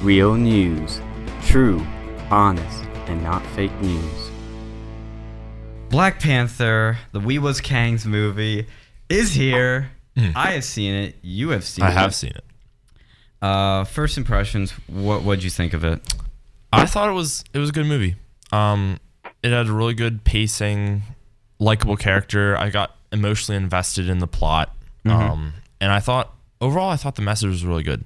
Real news. True, honest, and not fake news. Black Panther, the We Was Kangs movie, is here. I have seen it. You have seen Hmm. I it. have seen it. Uh, first impressions. What would you think of it? I thought it was it was a good movie. Um, it had a really good pacing, likable character. I got emotionally invested in the plot. Um, and I thought overall, I thought the message was really good.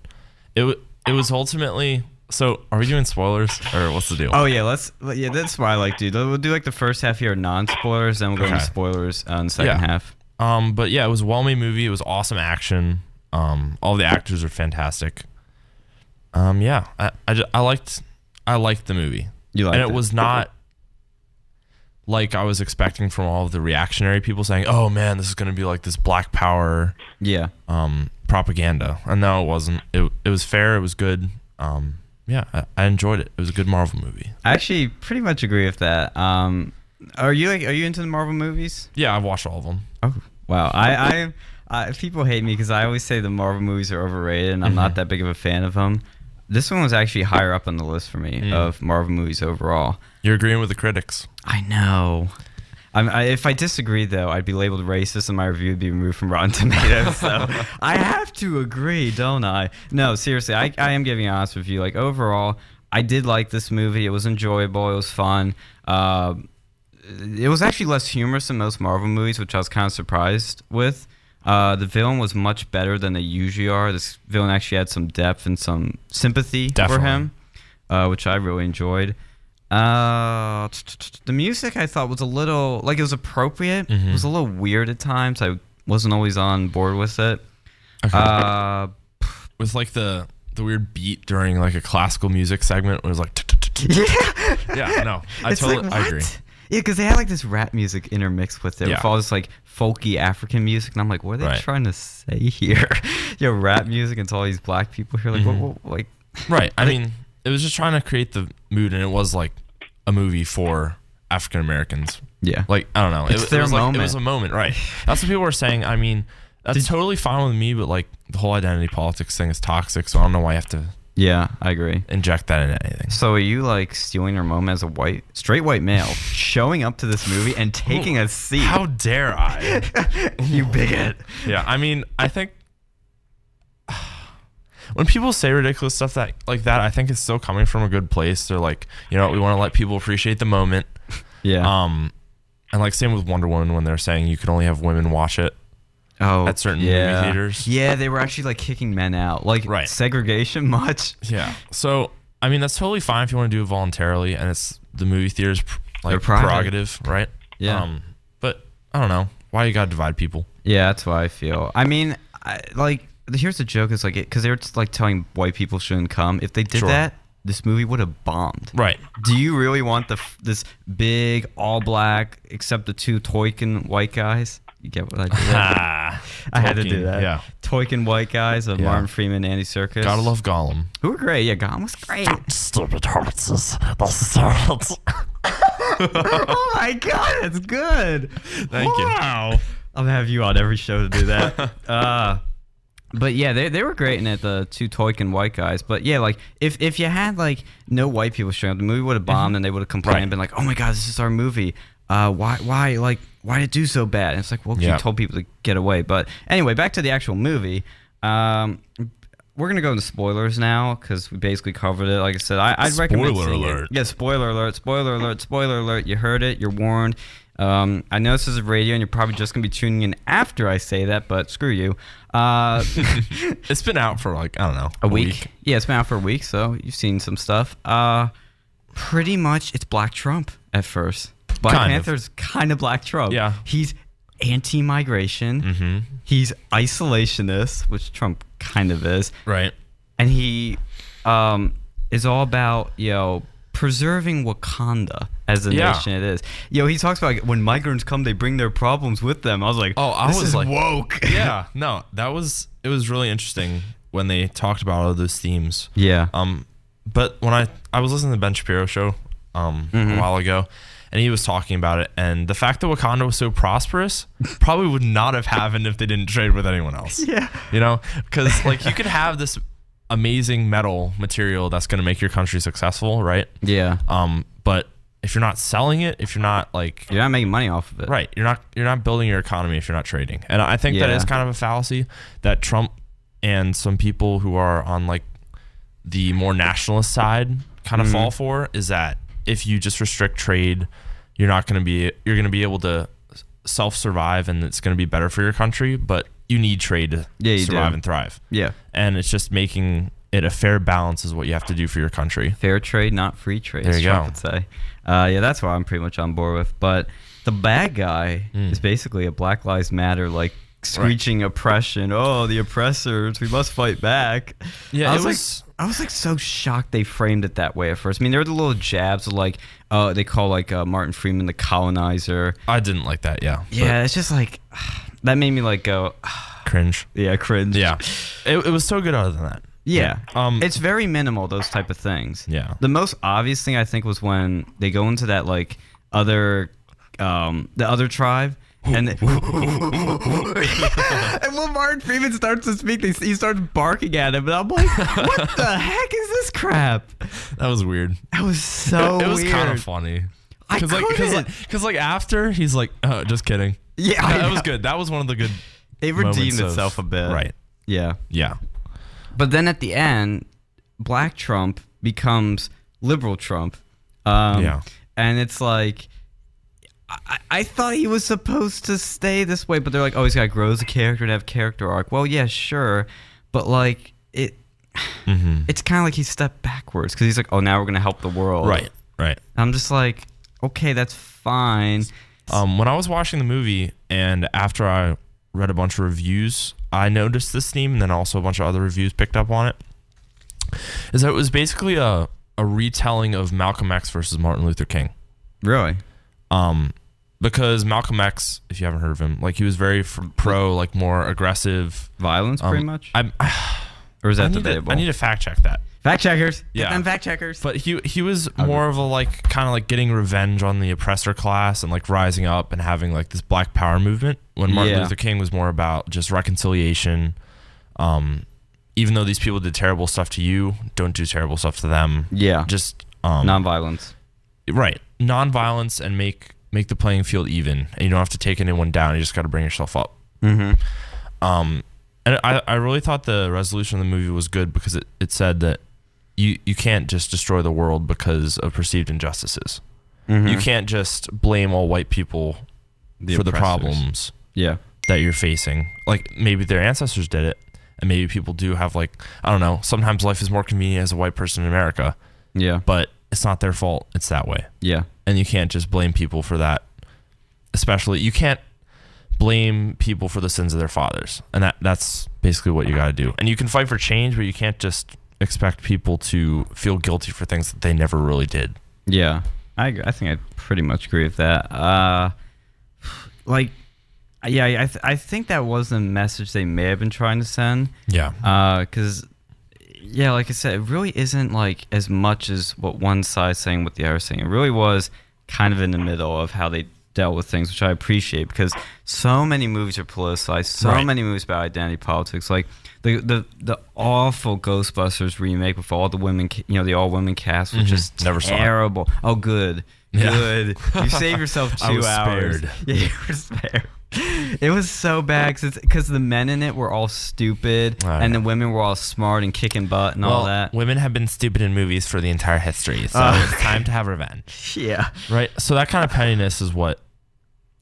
It wa it was ultimately. So, are we doing spoilers or what's the deal? Oh yeah, let's. Yeah, that's why I like to. do- We'll do like the first half here, non-spoilers, then we'll go into Okay. spoilers on the second Yeah. half. Um, but yeah, it was a well made movie. It was awesome action. Um, all the actors are fantastic. Um, yeah, I, I, ju- I liked I liked the movie, You like and it was not like I was expecting from all of the reactionary people saying, "Oh man, this is gonna be like this Black Power Yeah. um, propaganda." And no, it wasn't. It it was fair. It was good. Um, yeah, I, I enjoyed it. It was a good Marvel movie. I actually pretty much agree with that. Um, are you like? Are you into the Marvel movies? Yeah, I've watched all of them. Oh wow. I I, I people hate me because I always say the Marvel movies are overrated, and I'm not that big of a fan of them. This one was actually higher up on the list for me of Marvel movies overall. You're agreeing with the critics. I know. I'm, I, if I disagree, though, I'd be labeled racist and my review would be removed from Rotten Tomatoes. So I have to agree, don't I? No, seriously, I, I am giving an honest review. Like, overall, I did like this movie. It was enjoyable, it was fun. Uh, it was actually less humorous than most Marvel movies, which I was kind of surprised with. Uh, the villain was much better than they usually are. This villain actually had some depth and some sympathy for Definitely. him, uh, which I really enjoyed. Uh, t- t- t- the music I thought was a little like it was appropriate. It was a little weird at times. I wasn't always on board with it. Uh, with like the the weird beat during like a classical music segment where it was like yeah, yeah no i It's totally like, I agree what? Yeah, because they had like this rap music intermixed with it, Yeah. with all this like folky African music, and I'm like, what are they Right. trying to say here? Yo, rap music and to all these black people here, like, what, what, like, right i mean it was just trying to create the mood and it was like a movie for african americans yeah, like i don't know it, It's was- their it was like it moment. was a moment right that's what people were saying i mean that's totally fine with me but like the whole identity politics thing is toxic so i don't know why i have to yeah, I agree. inject that into anything So are you like stealing her mom as a white, straight white male, showing up to this movie and taking a seat? how dare i you bigot! Yeah, I mean, I think when people say ridiculous stuff that like that, I think it's still coming from a good place. They're like, you know, we want to let people appreciate the moment. Yeah. Um, and like same with Wonder Woman when they're saying you can only have women watch it. oh, at certain movie yeah. theaters. Yeah, they were actually like kicking men out, like Right. segregation much. Yeah. So I mean, that's totally fine if you want to do it voluntarily, and it's the movie theater's pr- Their like prerogative. prerogative, right? Yeah. Um, but I don't know why you gotta divide people. Yeah, that's what I feel. I mean, I, like, the- here's the joke: is like, because they were just like telling white people shouldn't come. If they did Sure. that, this movie would have bombed. Right. Do you really want the f- this big all black, except the two Toykin white guys? You get what I did? there? Ah, I had to do Tolkien, that. Yeah. Toykin white guys of Yeah. Martin Freeman, Andy Serkis. Gotta love Gollum. Who were great? Yeah, Gollum was great. Stupid horses. That's stupid. oh my god, that's good. Thank you. Wow. I'll have you on every show to do that. uh, but yeah, they, they were great in it, the two Toykin white guys. But yeah, like if if you had like no white people showing up, the movie would have bombed and they would have complained Mm-hmm. Right. and been like, Oh my god, this is our movie. Uh, why why like why did it do so bad? And it's like, well, 'cause Yeah. you told people to get away. But anyway, back to the actual movie. Um we're gonna go into spoilers now because we basically covered it. Like I said, I, I'd recommend. Spoiler seeing it. alert. Yeah, spoiler alert, spoiler alert, spoiler alert. You heard it, you're warned. Um, I know this is a radio, and you're probably just going to be tuning in after I say that, but screw you. Uh, It's been out for like I don't know a week. Yeah, it's been out for a week, so you've seen some stuff. Uh, pretty much, it's Black Trump at first. Black Kind of. Panther's kind of Black Trump. Yeah. Mm-hmm. He's anti migration, he's isolationist, which Trump kind of is Right. and he um, is all about you know preserving Wakanda as a Yeah. nation. It is. Yo, he talks about like, when migrants come, they bring their problems with them. I was like, Oh, I this was is like- woke. Yeah. No, that was it was really interesting when they talked about all those themes. Yeah. Um, but when I I was listening to the Ben Shapiro show um a while ago, and he was talking about it, and the fact that Wakanda was so prosperous probably would not have happened if they didn't trade with anyone else. yeah. You know, because like you could have this amazing metal material that's going to make your country successful, right? Yeah. Um, but if you're not selling it, if you're not like You're not making money off of it. right, you're not you're not building your economy if you're not trading. And I think that Yeah. is kind of a fallacy that Trump and some people who are on like the more nationalist side kind of Mm-hmm. fall for is that if you just restrict trade, you're not going to be you're going to be able to self survive and it's going to be better for your country, but you need trade to Yeah, you survive do. and thrive. Yeah. And it's just making it a fair balance is what you have to do for your country. Fair trade, not free trade. There as you Trump go. Would say. Uh, yeah, that's what I'm pretty much on board with. But the bad guy Mm. is basically a Black Lives Matter like screeching oppression. Oh, the oppressors, we must fight back. Yeah, I it was, was- like, I was like so shocked they framed it that way at first. I mean, there were the little jabs of like, uh, they call like uh, Martin Freeman the colonizer. I didn't like that. Yeah. but Yeah, it's just like that made me like go, Cringe. yeah, cringe. Yeah. It, it was so good other than that. Yeah. Um, it's very minimal, those type of things. Yeah. The most obvious thing I think was when they go into that like other um the other tribe and they- and when Martin Freeman starts to speak, they, he starts barking at him, and I'm like, "What the heck is this crap?" That was weird. That was so. it was kind weird. of funny. I like, cause like, couldn't. 'cause, like, after he's like, uh, just kidding. Yeah, I that, that was know. good. That was one of the good. It moments redeemed of- itself a bit, Right. Yeah, Yeah. but then at the end, Black Trump becomes liberal Trump. Um, Yeah. And it's like, I, I thought he was supposed to stay this way, but they're like, oh, he's got to grow as a character and have character arc. Well, yeah, sure, but like it, Mm-hmm. it's kind of like he stepped backwards because he's like, oh, now we're gonna help the world. Right. Right. I'm just like, okay, that's fine. Um, when I was watching the movie and after I read a bunch of reviews, I noticed this theme, and then also a bunch of other reviews picked up on it. Is that it was basically a a retelling of Malcolm X versus Martin Luther King. Really? um, because Malcolm X, if you haven't heard of him, like he was very f- pro, like more aggressive. Violence, Um, pretty much, I, I, or is I that need to, debatable? I need to fact check that. fact checkers. Yeah. Get them fact checkers. But he he was more of a like kind of like getting revenge on the oppressor class and like rising up and having like this Black Power movement. When Martin Yeah. Luther King was more about just reconciliation. Um, even though these people did terrible stuff to you, don't do terrible stuff to them. yeah. Just Just um, nonviolence. right nonviolence and make make the playing field even and you don't have to take anyone down you just got to bring yourself up mm-hmm. um and I, I really thought the resolution of the movie was good because it, it said that you you can't just destroy the world because of perceived injustices Mm-hmm. you can't just blame all white people for the Hmm. oppressors. problems Yeah. that you're facing. Like maybe their ancestors did it, and maybe people do have like I don't know. Sometimes life is more convenient as a white person in America, Yeah. but it's not their fault. It's that way Yeah. and you can't just blame people for that. Especially, you can't blame people for the sins of their fathers, and that that's basically what you got to do. And you can fight for change, but you can't just expect people to feel guilty for things that they never really did. Yeah, I agree. I think I pretty much agree with that. Uh, like, yeah, I th- I think that was the message they may have been trying to send. Yeah, Because, Uh, yeah, like I said, it really isn't like as much as what one side's saying, what the other's saying. It really was kind of in the middle of how they dealt with things, which I appreciate because so many movies are politicized, so Right. many movies about identity politics, like the the the awful Ghostbusters remake with all the women, ca- you know, the all women cast, which is Mm-hmm. Never saw it. terrible. Oh, good, Yeah. good. You saved yourself two I was hours. spared. Yeah, you were spared. It was so bad because the men in it were all stupid Oh, and the yeah. women were all smart and kicking butt and all that. women have been stupid in movies for the entire history, so Oh. it's time to have revenge. Yeah, Right. So that kind of pettiness is what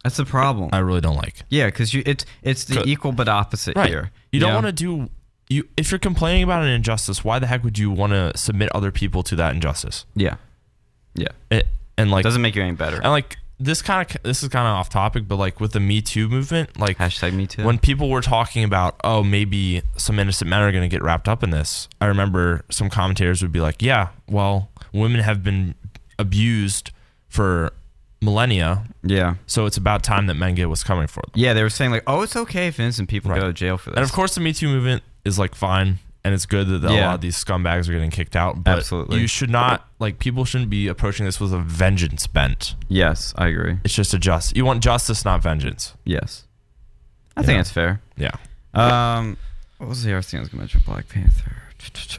that's the problem. I really don't like. yeah, because you it's it's the Co- equal but opposite Right. here. You don't know? want to do. You, if you're complaining about an injustice, why the heck would you want to submit other people to that injustice? Yeah, yeah. It and like Doesn't make you any better. and like this kind of this is kind of off topic, but like with the Me Too movement, like Hashtag me too. when people were talking about, oh, maybe some innocent men are going to get wrapped up in this. I remember some commentators would be like, yeah, well, women have been abused for millennia, yeah, so it's about time that men get what's coming for them. yeah. They were saying like, oh, it's okay if innocent people Right. go to jail for this. And of course, the Me Too movement is like fine, and it's good that a Yeah. lot of these scumbags are getting kicked out. But Absolutely. you should not like people shouldn't be approaching this with a vengeance bent. yes, I agree. It's just a just. You want justice, not vengeance. Yes, I Yeah. think that's fair. Yeah. Um, what was the other thing I was gonna mention? Black Panther.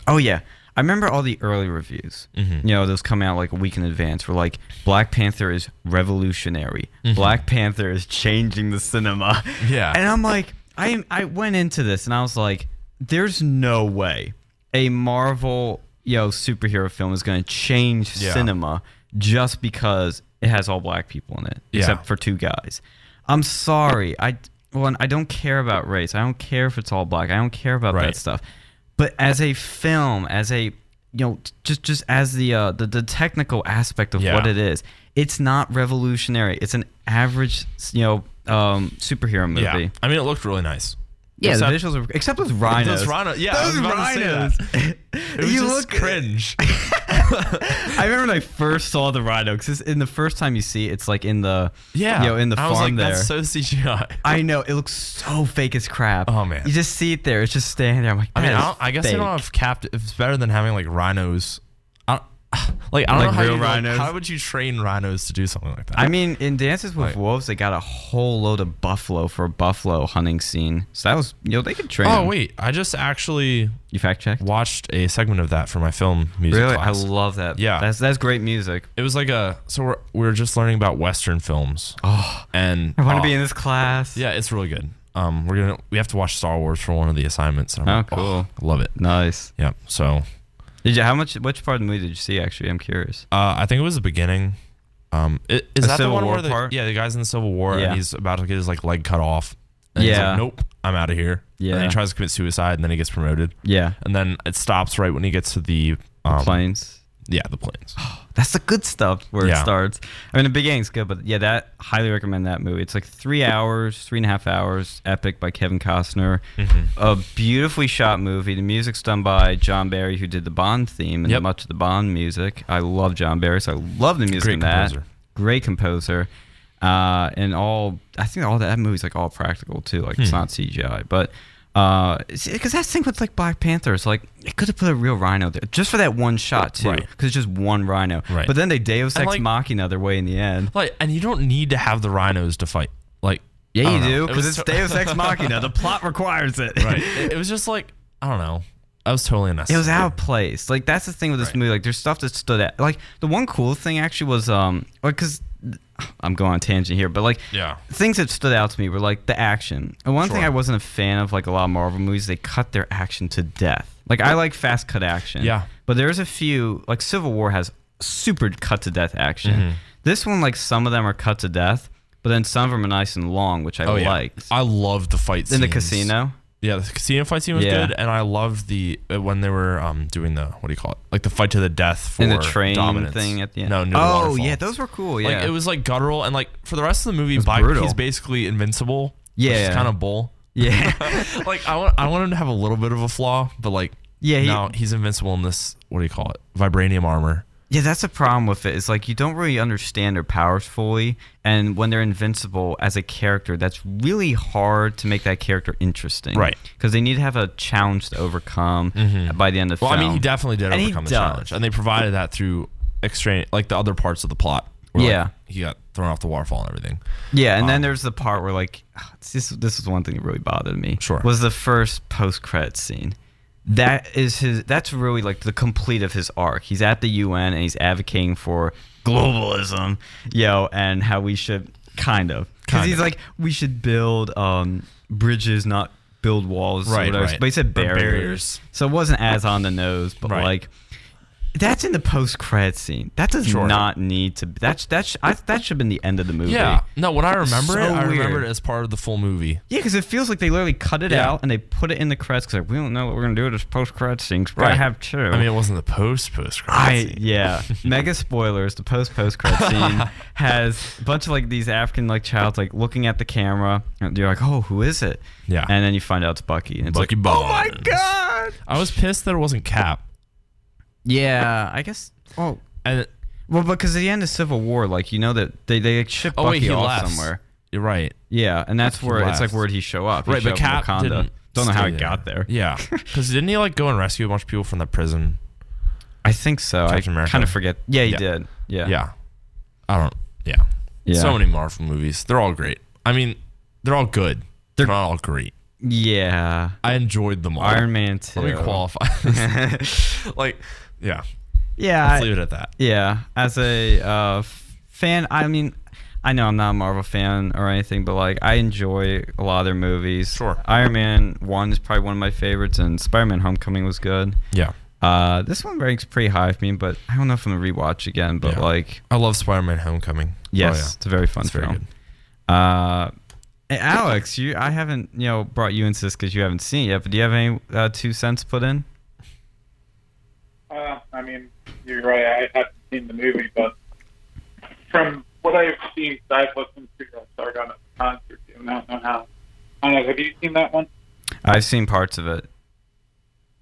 Oh yeah, I remember all the early reviews. Mm-hmm. You know, those come out like a week in advance. Were like, Black Panther is revolutionary. Black Panther is changing the cinema. Mm-hmm. Yeah. and I'm like, I am- I went into this and I was like, there's no way a Marvel yo superhero film is going to change Yeah. cinema just because it has all black people in it, Yeah. except for two guys. I'm sorry. I one, I don't care about race. I don't care if it's all black. I don't care about Right. that stuff. But as a film, as a you know, t- just just as the uh, the, the technical aspect of Yeah. what it is, it's not revolutionary. It's an average you know um, superhero movie. Yeah. I mean, it looked really nice. Yeah, Except- the visuals are except those rhinos. Those rhino- yeah, I those was about to say rhinos. It was you just look. cringe. I remember when I first saw the rhino because in the first time you see it, it's like in the yeah. you know, in the I farm was like, there. that's so CGI. I know it looks so fake as crap. Oh, man. you just see it there. It's just standing there. I'm like, I mean, "That I, is don't, I guess fake. they don't have captive. It's better than having like rhinos. I don't, like I Like don't know how real you, like, rhinos? how would you train rhinos to do something like that? I mean, in Dances with Wolves, they got a whole load of buffalo for a buffalo hunting scene. So that was, you know, they could train. oh 'em. wait, I just actually you fact checked? watched a segment of that for my film music Really, I class. love that. Yeah. that's that's great music. it was like a so we're we're just learning about Western films. Oh, and I want to uh, be in this class. Yeah, it's really good. Um, we're gonna we have to watch Star Wars for one of the assignments. And Oh, I'm like, cool. I love it. nice. Yeah. So Did you? How much? Which part of the movie did you see? Actually, I'm curious. uh, I think it was the beginning. Um, i- is The that Civil the one War where the part? yeah the guy's in the Civil War Yeah. and he's about to get his like leg cut off? And He's Yeah. like, nope, I'm out of here. And then Yeah. he tries to commit suicide and then he gets promoted. Yeah, And then it stops right when he gets to the um, planes. Yeah, the planes. That's the good stuff where it Yeah. starts. I mean, the beginning's good, but yeah, that highly recommend that movie. It's like three hours, three and a half hours, epic by Kevin Costner. Mm-hmm. A beautifully shot movie. The music's done by John Barry, who did the Bond theme and Yep. much of the Bond music. I love John Barry, so I love the music Great in that. composer. Great composer. Uh, and all I think all that movie's like all practical too. Like Hmm. it's not CGI, but. Because that thing with like Black Panther, it's like it could have put a real rhino there just for that one shot too. Right. Because it's just one rhino. Right. But then they Deus Ex And, like- Machina their way in the end. Like, and you don't need to have the rhinos to fight. Like, I Yeah, don't you know. do. It Because was it's so- Deus Ex Machina. The plot requires it. right? it, it was just like I don't know. I was totally It unnecessary. was out of place. Like that's the thing with this movie. Like there's stuff that stood out. Like the one cool thing actually was um because I'm going on a tangent here, but like Yeah. things that stood out to me were like the action. And one thing Sure. I wasn't a fan of, like a lot of Marvel movies, they cut their action to death. Like I like fast cut action. Yeah. But there's a few like Civil War has super cut to death action. Mm-hmm. This one, like some of them are cut to death, but then some of them are nice and long, which I Oh yeah. liked. I loved the fight In the scenes. casino. Yeah, the casino fight scene was Yeah. good, and I loved the uh, when they were um doing the what do you call it, like the fight to the death for And the train dominance. thing at the end. No, no. oh waterfall. yeah, those were cool. Yeah, Like it was like guttural, and like for the rest of the movie, Black, brutal. he's basically invincible. Yeah. kind of bull. yeah. like I want, I want him to have a little bit of a flaw, but like Yeah, he- no, he's invincible in this what do you call it, vibranium armor. Yeah, that's the problem with it. It's like you don't really understand their powers fully, and when they're invincible as a character, that's really hard to make that character interesting. Right. Mm-hmm. Because they need to have a challenge to overcome by the end of the Well, film. I mean, he definitely did And he overcome the does. challenge, and they provided that through extra like the other parts of the plot. where, like, Yeah. he got thrown off the waterfall and everything. Yeah, and then there's the part where like it's just, this is one thing that really bothered me. Sure. Was the first post credit scene. That is his that's really like the complete of his arc. He's at the UN and he's advocating for globalism, yo, and how we should kind of cuz Kind he's of. like we should build um bridges not build walls or Right, whatever. right. But he said Or barriers. barriers. So it wasn't as on the nose, but Right. like that's in the post credit scene. That does Sure. not need to. That's that's I, that should have been the end of the movie. Yeah. No, when I remember So it, I remember weird. it as part of the full movie. Yeah, because it feels like they literally cut it Yeah. out and they put it in the credits because we don't know what we're gonna do with this post credits thing. Right. I Right. have two. I mean, it wasn't the post post I yeah. Mega spoilers. The post post credit scene has a bunch of like these African like childs like looking at the camera and you're like, oh, who is it? Yeah. And then you find out it's Bucky and it's Bucky like, oh my Barnes." god. I was pissed that it wasn't Cap. Yeah, I guess. Oh, And well, because at the end of Civil War, like you know that they they ship oh Bucky wait, he off left somewhere. You're right. Yeah, and that's where it's like left. where'd he show up? He right, showed but up in Cap Wakanda. didn't. Don't know how stay he got there. Yeah, because didn't he like go and rescue a bunch of people from the prison? I think so. Captain I America. kind of forget. Yeah, he Yeah. did. Yeah. Yeah. I don't. Yeah. Yeah. So many Marvel movies. They're all great. I mean, they're all good. They're not all great. Yeah. I enjoyed them all. Iron Man 2. Let me qualify. this. like, yeah. Yeah. Let's I- leave it at that. Yeah, as a uh, f- fan, I mean, I know I'm not a Marvel fan or anything, but like I enjoy a lot of their movies. Sure. Iron Man One is probably one of my favorites, and Spider-Man: Homecoming was good. Yeah. Uh, this one ranks pretty high for me, but I don't know if I'm gonna rewatch again. But Yeah. like, I love Spider Man Homecoming. yes, Oh, yeah. it's a very fun It's very film. good. Uh, and Alex, you, I haven't, you know, brought you into this because you haven't seen it yet. But do you have any uh, two cents put in? Uh, I mean, you're right. I haven't seen the movie, but from what I've seen, 'cause I've listened to uh, Sargon at the concert, too, and I don't know how. I don't know. Have you seen that one? I've seen parts of it.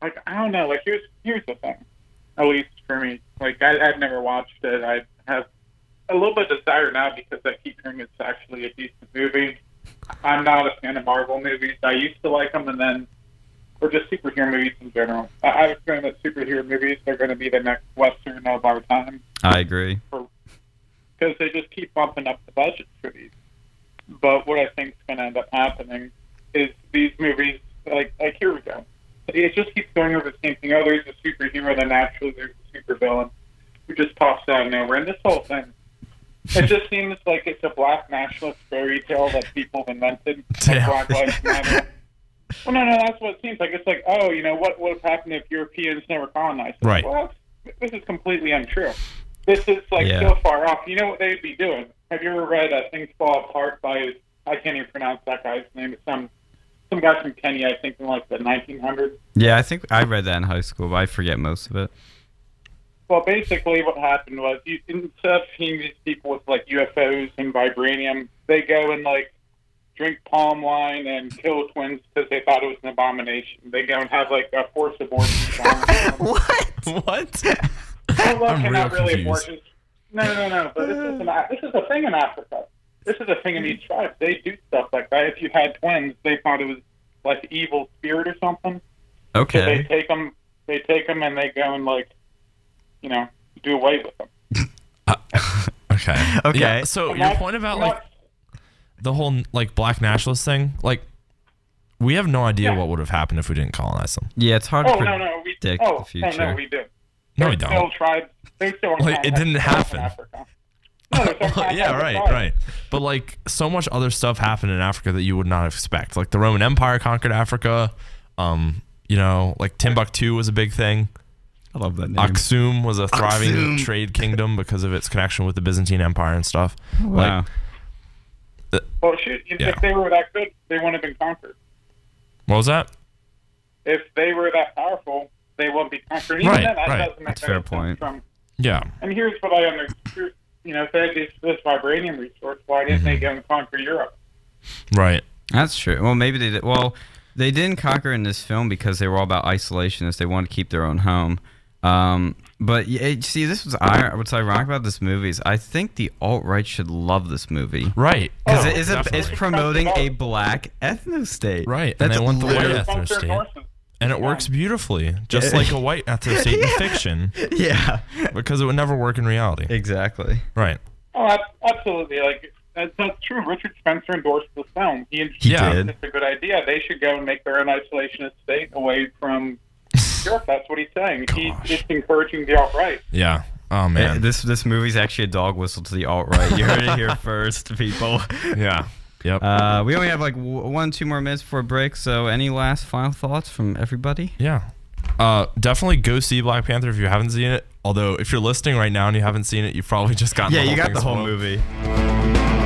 Like, I don't know. Like, here's here's the thing. At least for me, like, I, I've never watched it. I have a little bit of desire now because I keep hearing it's actually a decent movie. I'm not a fan of Marvel movies. I used to like them, and then. Or just superhero movies in general. I, I was going that superhero movies are going to be the next western of our time. I agree. because they just keep bumping up the budget for these. But what I think is going to end up happening is these movies, like like here we go, it just keeps going over the same thing. Oh, there's a superhero, then naturally there's a supervillain who just pops out of nowhere, and this whole thing. It just seems like it's a black nationalist fairy tale that people have invented. like Damn. Black Lives Matter. Well, no, no, that's what it seems like. It's like, oh, you know, what would have happened if Europeans never colonized? us? Right. Well, that's, this is completely untrue. This is like Yeah. so far off. You know what they'd be doing? Have you ever read uh, "Things Fall Apart" by I can't even pronounce that guy's name. It's some some guy from Kenya, I think, in like the 1900s. Yeah, I think I read that in high school, but I forget most of it. Well, basically, what happened was you, instead of seeing these people with like UFOs and vibranium, they go and like drink palm wine and kill twins because they thought it was an abomination. They go and have like a forced abortion. What? What? Well, look, I'm and not real really confused. abortions. No, no, no. But this is an, this is a thing in Africa. This is a thing in these tribes. They do stuff like that. If you had twins, they thought it was like evil spirit or something. So they Okay. take them, they take them, and they go and like, you know, do away with them. Okay. Okay. Yeah, so And your that's- point about and like that's- the whole like black nationalist thing, like we have no idea Yeah. what would have happened if we didn't colonize them. Yeah, it's hard oh to no, no, we predict oh, the oh no, future. we do. No, we There's don't. Still tribes. There's still Like, it didn't in happen. Africa. No, there's still Well, yeah, tribes. right, right. But like so much other stuff happened in Africa that you would not expect. Like the Roman Empire conquered Africa. Um, you know, like Timbuktu was a big thing. I love that name. Aksum was a thriving trade kingdom because of its connection with the Byzantine Empire and stuff. wow. Like, Well, shoot, if Yeah. they were that good, they wouldn't have been conquered. what was that? if they were that powerful, they wouldn't be conquered. Even Right, then, that right. doesn't make That's a any fair sense point. From, Yeah, and here's what I understand. You know, if they had this, this vibranium resource, why didn't they go and conquer Europe? right. That's true. Well, maybe they did. Well, they didn't conquer in this film because they were all about isolationists. They wanted to keep their own home. Um, but yeah, it- see, this was ir- what's ironic about this movie is I think the alt right should love this movie Right. because Oh, it is a, it's definitely. promoting a black ethno state. Right, and That's they want the white literally- Yeah, They bumped their thirsty. horses. and it works beautifully, just Yeah. like a white ethno state in Yeah. fiction, Yeah. because it would never work in reality. Exactly. Right. Oh, ab- absolutely. Like that's, that's true. Richard Spencer endorsed the film. He endorsed He Yeah. did. It's a good idea. They should go and make their own isolationist state away from Europe. That's what he's saying. He, Gosh. it's encouraging the alt right. Yeah. Oh Eh, man. This this movie's actually a dog whistle to the alt right. You heard it here first, people. yeah. Yep. Uh, we only have like w- one, two more minutes for a break. So, any last final thoughts from everybody? Yeah. Uh, definitely go see Black Panther if you haven't seen it. Although if you're listening right now and you haven't seen it, you've probably just gotten the whole thing spoiled. movie.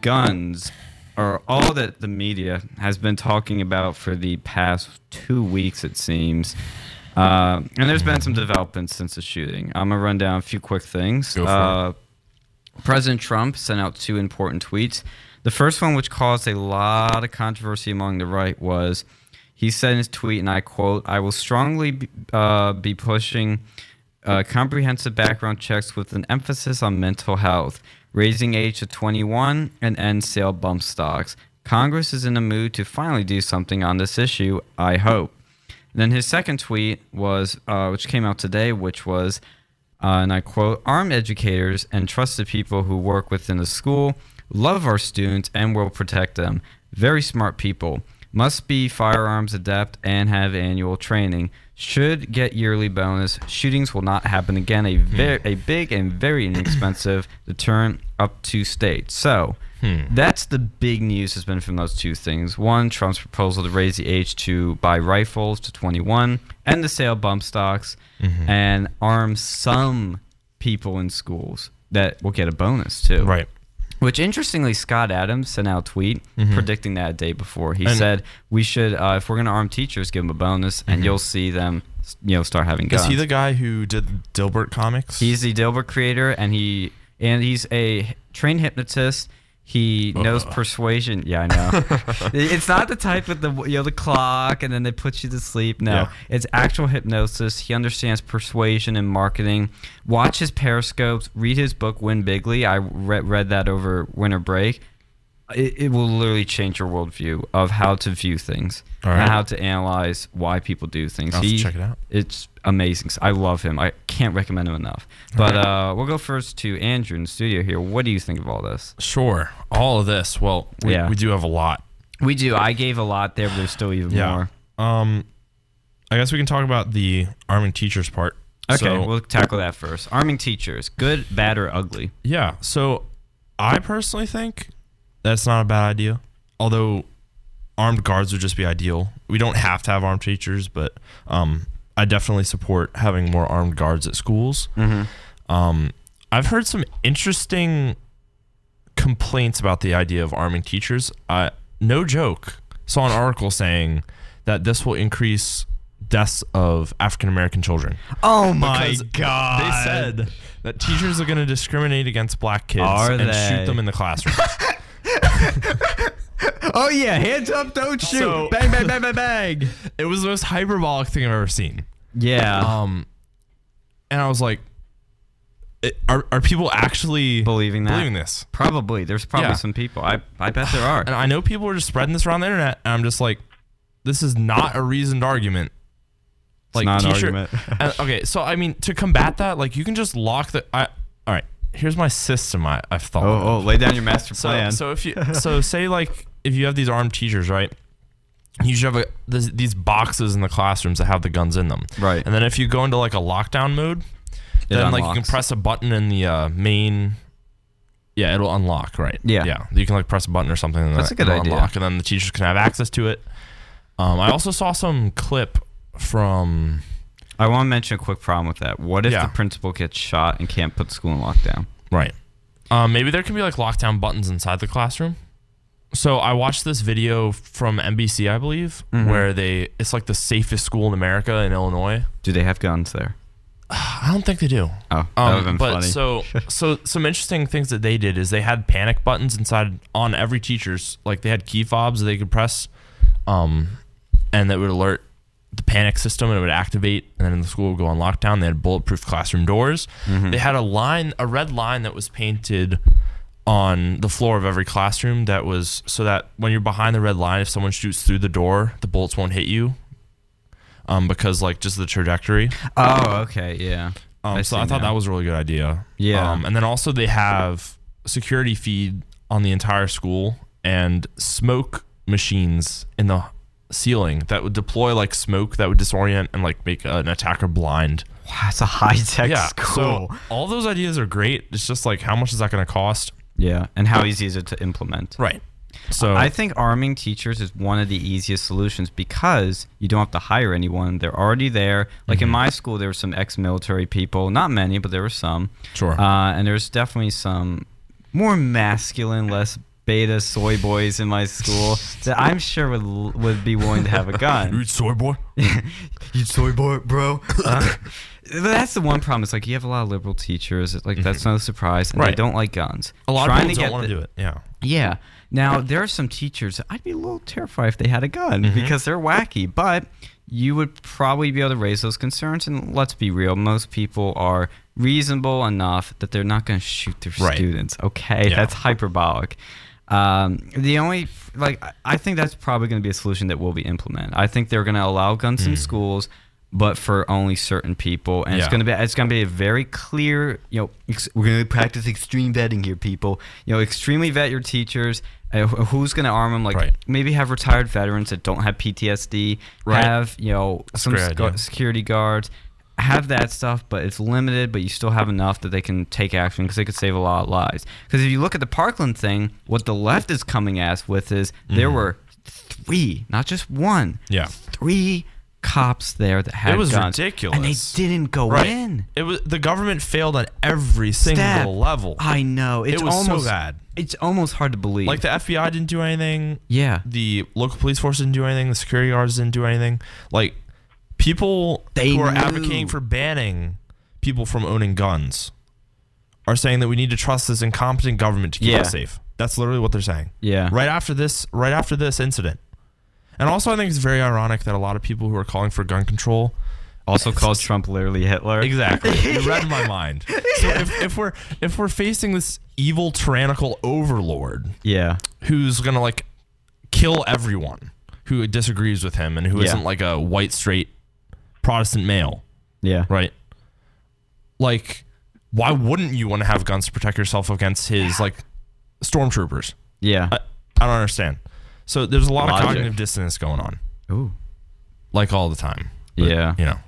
Guns are all that the media has been talking about for the past two weeks, it seems. Uh, and there's been some developments since the shooting. I'm gonna run down a few quick things. Go for it. uh, President Trump sent out two important tweets. The first one, which caused a lot of controversy among the right, was he said in his tweet, and I quote, I will strongly be, uh, be pushing uh, comprehensive background checks with an emphasis on mental health, raising age to 21, and end sale bump stocks. Congress is in a mood to finally do something on this issue, I hope. And then his second tweet was, uh, which came out today, which was, uh, and I quote, arm educators and trusted people who work within the school, love our students, and will protect them. Very smart people. Must be firearms adept and have annual training. Should get yearly bonus. Shootings will not happen again. A ver- a big and very inexpensive deterrent up to state. So Hmm. that's the big news has been from those two things. One, Trump's proposal to raise the age to buy rifles to 21, and the sale bump stocks, Mm-hmm. and arm some people in schools that will get a bonus too. Right. Which interestingly, Scott Adams sent out a tweet predicting that a day before. He Mm-hmm. And- said we should, uh, if we're going to arm teachers, give them a bonus, and you'll see them, you know, start having guns. Mm-hmm. Is he the guy who did the Dilbert comics? he's the Dilbert creator, and he and he's a trained hypnotist. He knows persuasion. Yeah, I know. it's not the type with the you know the clock, and then they put you to sleep. No, Yeah. it's actual hypnosis. He understands persuasion and marketing. Watch his periscopes. Read his book, Win Bigly. I re- read that over winter break. It, it will literally change your worldview of how to view things All and right. how to analyze why people do things. I'll have to check it out. It's amazing. I love him. I can't recommend him enough. But uh, we'll go first to Andrew in the studio here. What do you think of all this? Sure. All of this. Well, we, Yeah. we do have a lot. We do. I gave a lot there, but there's still even more. Um, I guess we can talk about the arming teachers part. Okay, So- we'll tackle that first. Arming teachers, good, bad, or ugly? Yeah. So I personally think that's not a bad idea. Although armed guards would just be ideal. We don't have to have armed teachers, but um, I definitely support having more armed guards at schools. Um, I've heard some interesting complaints about the idea of arming teachers. I no joke saw an article saying that this will increase deaths of African American children. Oh Because They said that teachers are going to discriminate against black kids Are and they? shoot them in the classroom. Oh yeah, hands up, don't shoot. So- bang, bang, bang, bang, bang. it was the most hyperbolic thing I've ever seen. Yeah, Um, and I was like, i- are, are people actually believing that. believing this? Probably. There's probably Yeah. some people. I I bet there are. And I know people are just spreading this around the internet, and I'm just like, this is not a reasoned argument. Like not an teacher- argument. and- okay, so I mean, to combat that, like you can just lock the. I, all right, here's my system. I, I've thought. of. oh, lay down your master So, so if you so say like if you have these armed teachers, right? You should have a, this, these boxes in the classrooms that have the guns in them, Right. And then if you go into like a lockdown mode, then like you can unlocks. press a button in the uh, main. Yeah, it'll unlock, right? Yeah. yeah. You can like press a button or something. And That's then a good it'll idea. Unlock, and then the teachers can have access to it. Um, I also saw some clip from I want to mention a quick problem with that. What if Yeah. the principal gets shot and can't put the school in lockdown? Right. Um, maybe there can be like lockdown buttons inside the classroom. So I watched this video from NBC, I believe, where they it's like the safest school in America in Illinois. Do they have guns there? I don't think they do. Oh, that would have been Um, but funny. so so some interesting things that they did is they had panic buttons inside on every teacher's like they had key fobs that they could press, um, and that would alert the panic system and it would activate and then the school would go on lockdown. They had bulletproof classroom doors. Mm-hmm. They had a line a red line that was painted on the floor of every classroom that was so that when you're behind the red line, if someone shoots through the door, the bullets won't hit you. Um, because like just the trajectory. oh, okay, yeah. Um, so I thought that was a really good idea. Yeah. Um, and then also they have security feed on the entire school and smoke machines in the ceiling that would deploy like smoke that would disorient and like make an attacker blind. wow, it's a high tech yeah. school. So all those ideas are great. It's just like how much is that going to cost? yeah, and how easy is it to implement? Right. So I think arming teachers is one of the easiest solutions because you don't have to hire anyone. They're already there. Like Mm-hmm. in my school, there were some ex-military people, not many, but there were some. Sure. Uh, and there's definitely some more masculine, less beta soy boys in my school that I'm sure would l- would be willing to have a gun. soy boy. you soy boy, bro. Uh, that's the one problem. It's like you have a lot of liberal teachers. It's like that's no surprise, and they Mm-hmm. Right. don't like guns. A lot Trying of people don't want the- to do it. Yeah. yeah. Now there are some teachers. I'd be a little terrified if they had a gun Mm-hmm. because they're wacky. But you would probably be able to raise those concerns. And let's be real, most people are reasonable enough that they're not going to shoot their Right. students. Okay, Yeah. that's hyperbolic. Um, the only Hmm. like I- I think that's probably going to be a solution that will be implemented. I think they're going to allow guns in schools. but for only certain people. And it's Yeah. gonna be it's gonna be a very clear. You know, ex- we're gonna practice extreme vetting here, people. You know, extremely vet your teachers. Uh, wh- who's gonna arm them? Like Right. maybe have retired veterans that don't have PTSD. Right. Have you know some great sc- idea. security guards. Have that stuff, but it's limited. But you still have enough that they can take action because they could save a lot of lives. Because if you look at the Parkland thing, what the left is coming at us with is there were three, not just one, Mm-hmm. Yeah. three cops there that had It was guns, and they ridiculous. didn't go Right. in. It was the government failed on every single Stab. level. I know. It's it was almost so bad. It's almost hard to believe. Like the FBI didn't do anything. yeah, The local police force didn't do anything. The security guards didn't do anything. Like people They who are knew. advocating for banning people from owning guns are saying that we need to trust this incompetent government to keep Yeah. us safe. That's literally what they're saying. yeah, Right after this, right after this incident. And also, I think it's very ironic that a lot of people who are calling for gun control Also called Trump literally Hitler. Exactly. You read my mind. So if, if we're if we're facing this evil tyrannical overlord Yeah, who's gonna like kill everyone who disagrees with him and who Yeah. not like a white straight Protestant male, yeah, right? Like, why wouldn't you want to have guns to protect yourself against his like stormtroopers? yeah. I, I don't understand. So there's a lot Logic. of cognitive dissonance going on, Ooh, like all the time. Yeah. you know.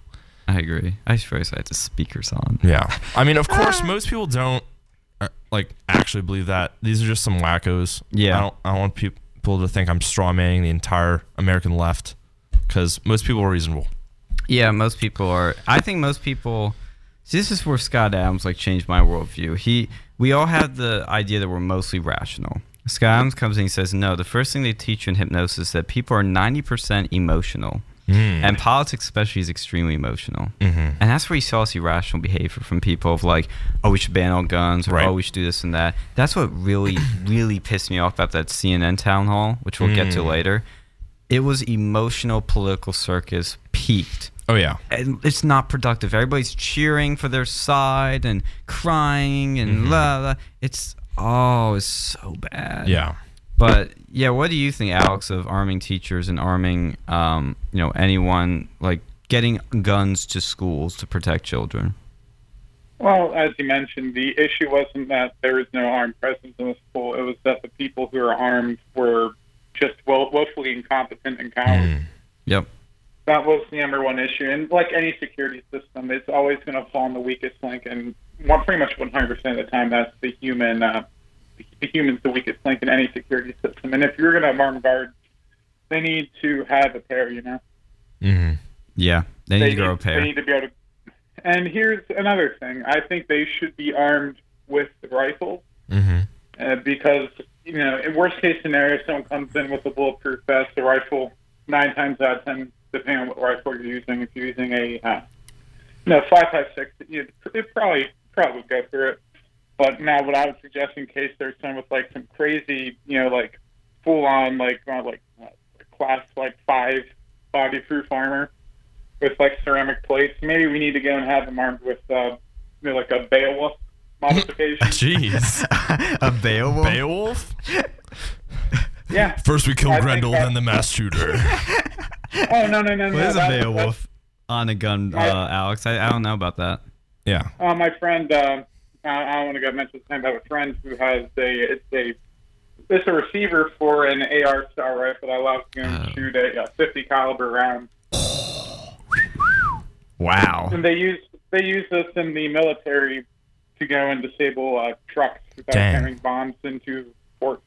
I agree. I suppose I had the speakers on. Yeah. I mean, of course, most people don't uh, like actually believe that. These are just some wackos. Yeah. I don't, I don't want peop- people to think I'm strawmanning the entire American left because most people are reasonable. Yeah, most people are. I think most people. See, this is where Scott Adams like changed my worldview. He, we all have the idea that we're mostly rational. Scott Adams comes in and he says, "No, the first thing they teach you in hypnosis is that people are ninety percent emotional, and politics especially is extremely emotional. And that's where you saw this irrational behavior from people of like, oh, we should ban all guns, or Right. oh, we should do this and that. That's what really, really pissed me off about that CNN town hall, which we'll get to later. It was emotional political circus peaked." Oh, yeah. and it's not productive. Everybody's cheering for their side and crying and la la. It's oh, it's so bad. Yeah. But yeah, what do you think, Alex, of arming teachers and arming, um, you know, anyone like getting guns to schools to protect children? Well, as you mentioned, the issue wasn't that there was no armed presence in the school. It was that the people who were armed were just will- willfully incompetent and cowards. Mm. Yep. That was the number one issue. And like any security system, it's always going to fall on the weakest link. And one, pretty much 100% of the time, that's the human. Uh, the human's the weakest link in any security system. And if you're going to have armed guards, they need to have a pair, you know? Mm-hmm. Yeah. They need to grow a they pair. need to be able to. And here's another thing. I think they should be armed with rifles Mm-hmm. uh, because you know, in worst case scenario, someone comes in with a bulletproof vest, a rifle. Nine times out of ten, depending on what rifle you're using, if you're using a uh, no five five six, it it probably probably would go through it. But now, what I would suggest in case there's someone with like some crazy, you know, like full on like uh, like uh, class like five body proof armor with like ceramic plates, maybe we need to go and have them armed with uh, you know, like a Beowulf modification. Jeez. a Beowulf. Beowulf? yeah. First we kill I think Grendel, that- then the mass shooter. Oh no no no no! What is a that- that's- Beowulf on a gun, uh, Alex? I, I don't know about that. yeah. Uh, my friend, uh, I, I don't want to go mention his name, but I have a friend who has a it's a it's a receiver for an AR style rifle that allows you Oh. to shoot a, uh 50 caliber round. Wow. And they use they use this in the military to go and disable uh, trucks without Dang. carrying bombs into ports.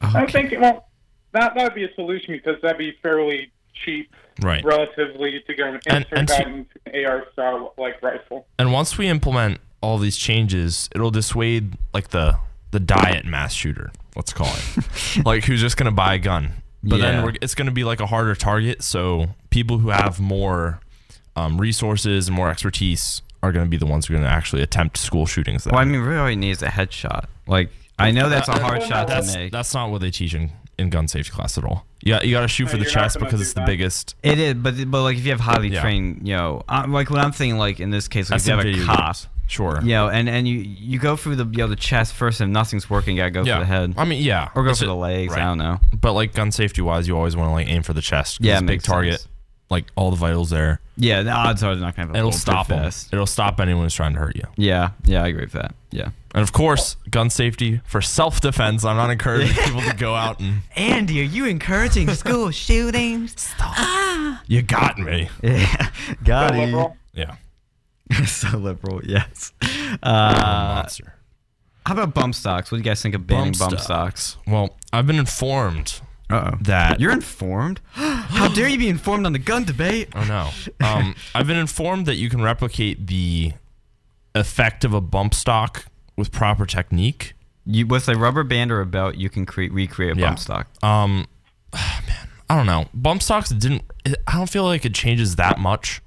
I'm thinking, well, that that would be a solution because that'd be fairly cheap, Right. relatively, to go and And- insert and that to- into an AR style like rifle. And once we implement all these changes, it'll dissuade like the the diet mass shooter, let's call it, like who's just gonna buy a gun. But Yeah. then we're, it's gonna be like a harder target. So people who have more um, resources and more expertise are gonna be the ones who are gonna actually attempt school shootings. Then. Well, I mean, really, all he needs is a headshot. Like, I know that's a hard well, shot that's to make. that's not what they teach in, in gun safety class at all. Yeah, you gotta shoot for the you're not chest gonna because do it's the that. biggest. It is, but but like if you have highly Yeah. trained, you know, I, like what I'm thinking, like in this case, like That's if you in have a video cop, games. Sure. you know, and and you you go through the you know the chest first, and if nothing's working, you gotta go for the head I mean, yeah. or go It's for a- the legs. right. I don't know. But like gun safety wise, you always want to like aim for the chest. 'cause Yeah, it's a it big makes target. sense. like all the vitals there. Yeah, the odds are they're not gonna have a And it'll bulletproof stop 'em. vest. It'll stop anyone who's trying to hurt you. Yeah, yeah, I agree with that. Yeah. And of course, gun safety for self defense. I'm not encouraging people to go out and Andy, are you encouraging school shootings? you got me. Yeah, got So it. liberal. Yeah, so liberal, yes. I'm a Uh, monster. how about bump stocks? What do you guys think of banning bump, stocks? Well, I've been informed Uh oh. that You're informed? How dare you be informed on the gun debate? Oh no. Um, I've been informed that you can replicate the effect of a bump stock with proper technique. You, with a rubber band or a belt, you can create recreate a Yeah. bump stock. Um, man, I don't know. Bump stocks didn't. I don't feel like it changes that much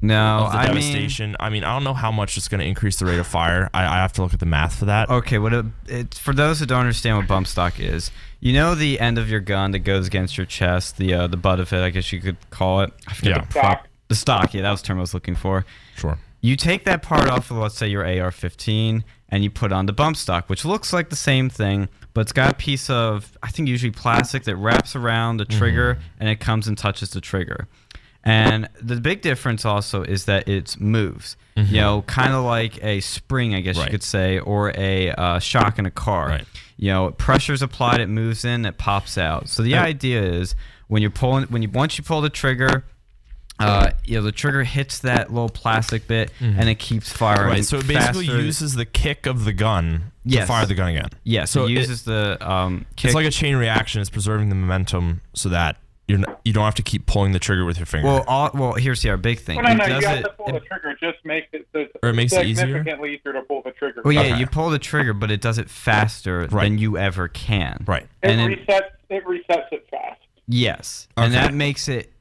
No, of the Oh, I mean, devastation. I mean, I don't know how much it's going to increase the rate of fire. I, I have to look at the math for that. Okay, what a, it, for those who don't understand what bump stock is, you know the end of your gun that goes against your chest, the uh, the butt of it, I guess you could call it. I forget Yeah. the, Stock. the stock. Yeah, that was the term I was looking for. Sure. You take that part off of let's say your AR-15 and you put on the bump stock, which looks like the same thing, but it's got a piece of I think usually plastic that wraps around the trigger Mm-hmm. and it comes and touches the trigger. And the big difference also is that it moves. You know, kind of like a spring, I guess Mm-hmm. Right. you could say, or a uh, shock in a car. Right. You know, pressure's applied, it moves in, it pops out. So the idea is when you're pulling, when you once you pull the trigger, uh, you know, the trigger hits that little plastic bit and it keeps firing. Mm-hmm. Right. So it basically faster. uses the kick of the gun to Yes. fire the gun again. Yeah, so, So it it- uses the um, kick. It's like a chain reaction. It's preserving the momentum so that you're not, you don't have to keep pulling the trigger with your finger. well, all, well, here's the our big thing. Well, no, It no, does you have it- to pull it- the trigger. Just makes it, so Or it makes it easier? significantly easier to pull the trigger. well, Oh, yeah, Okay. you pull the trigger, but it does it faster Right. than you ever can. right. It And it- resets. It resets it fast. Yes. Okay. And that makes it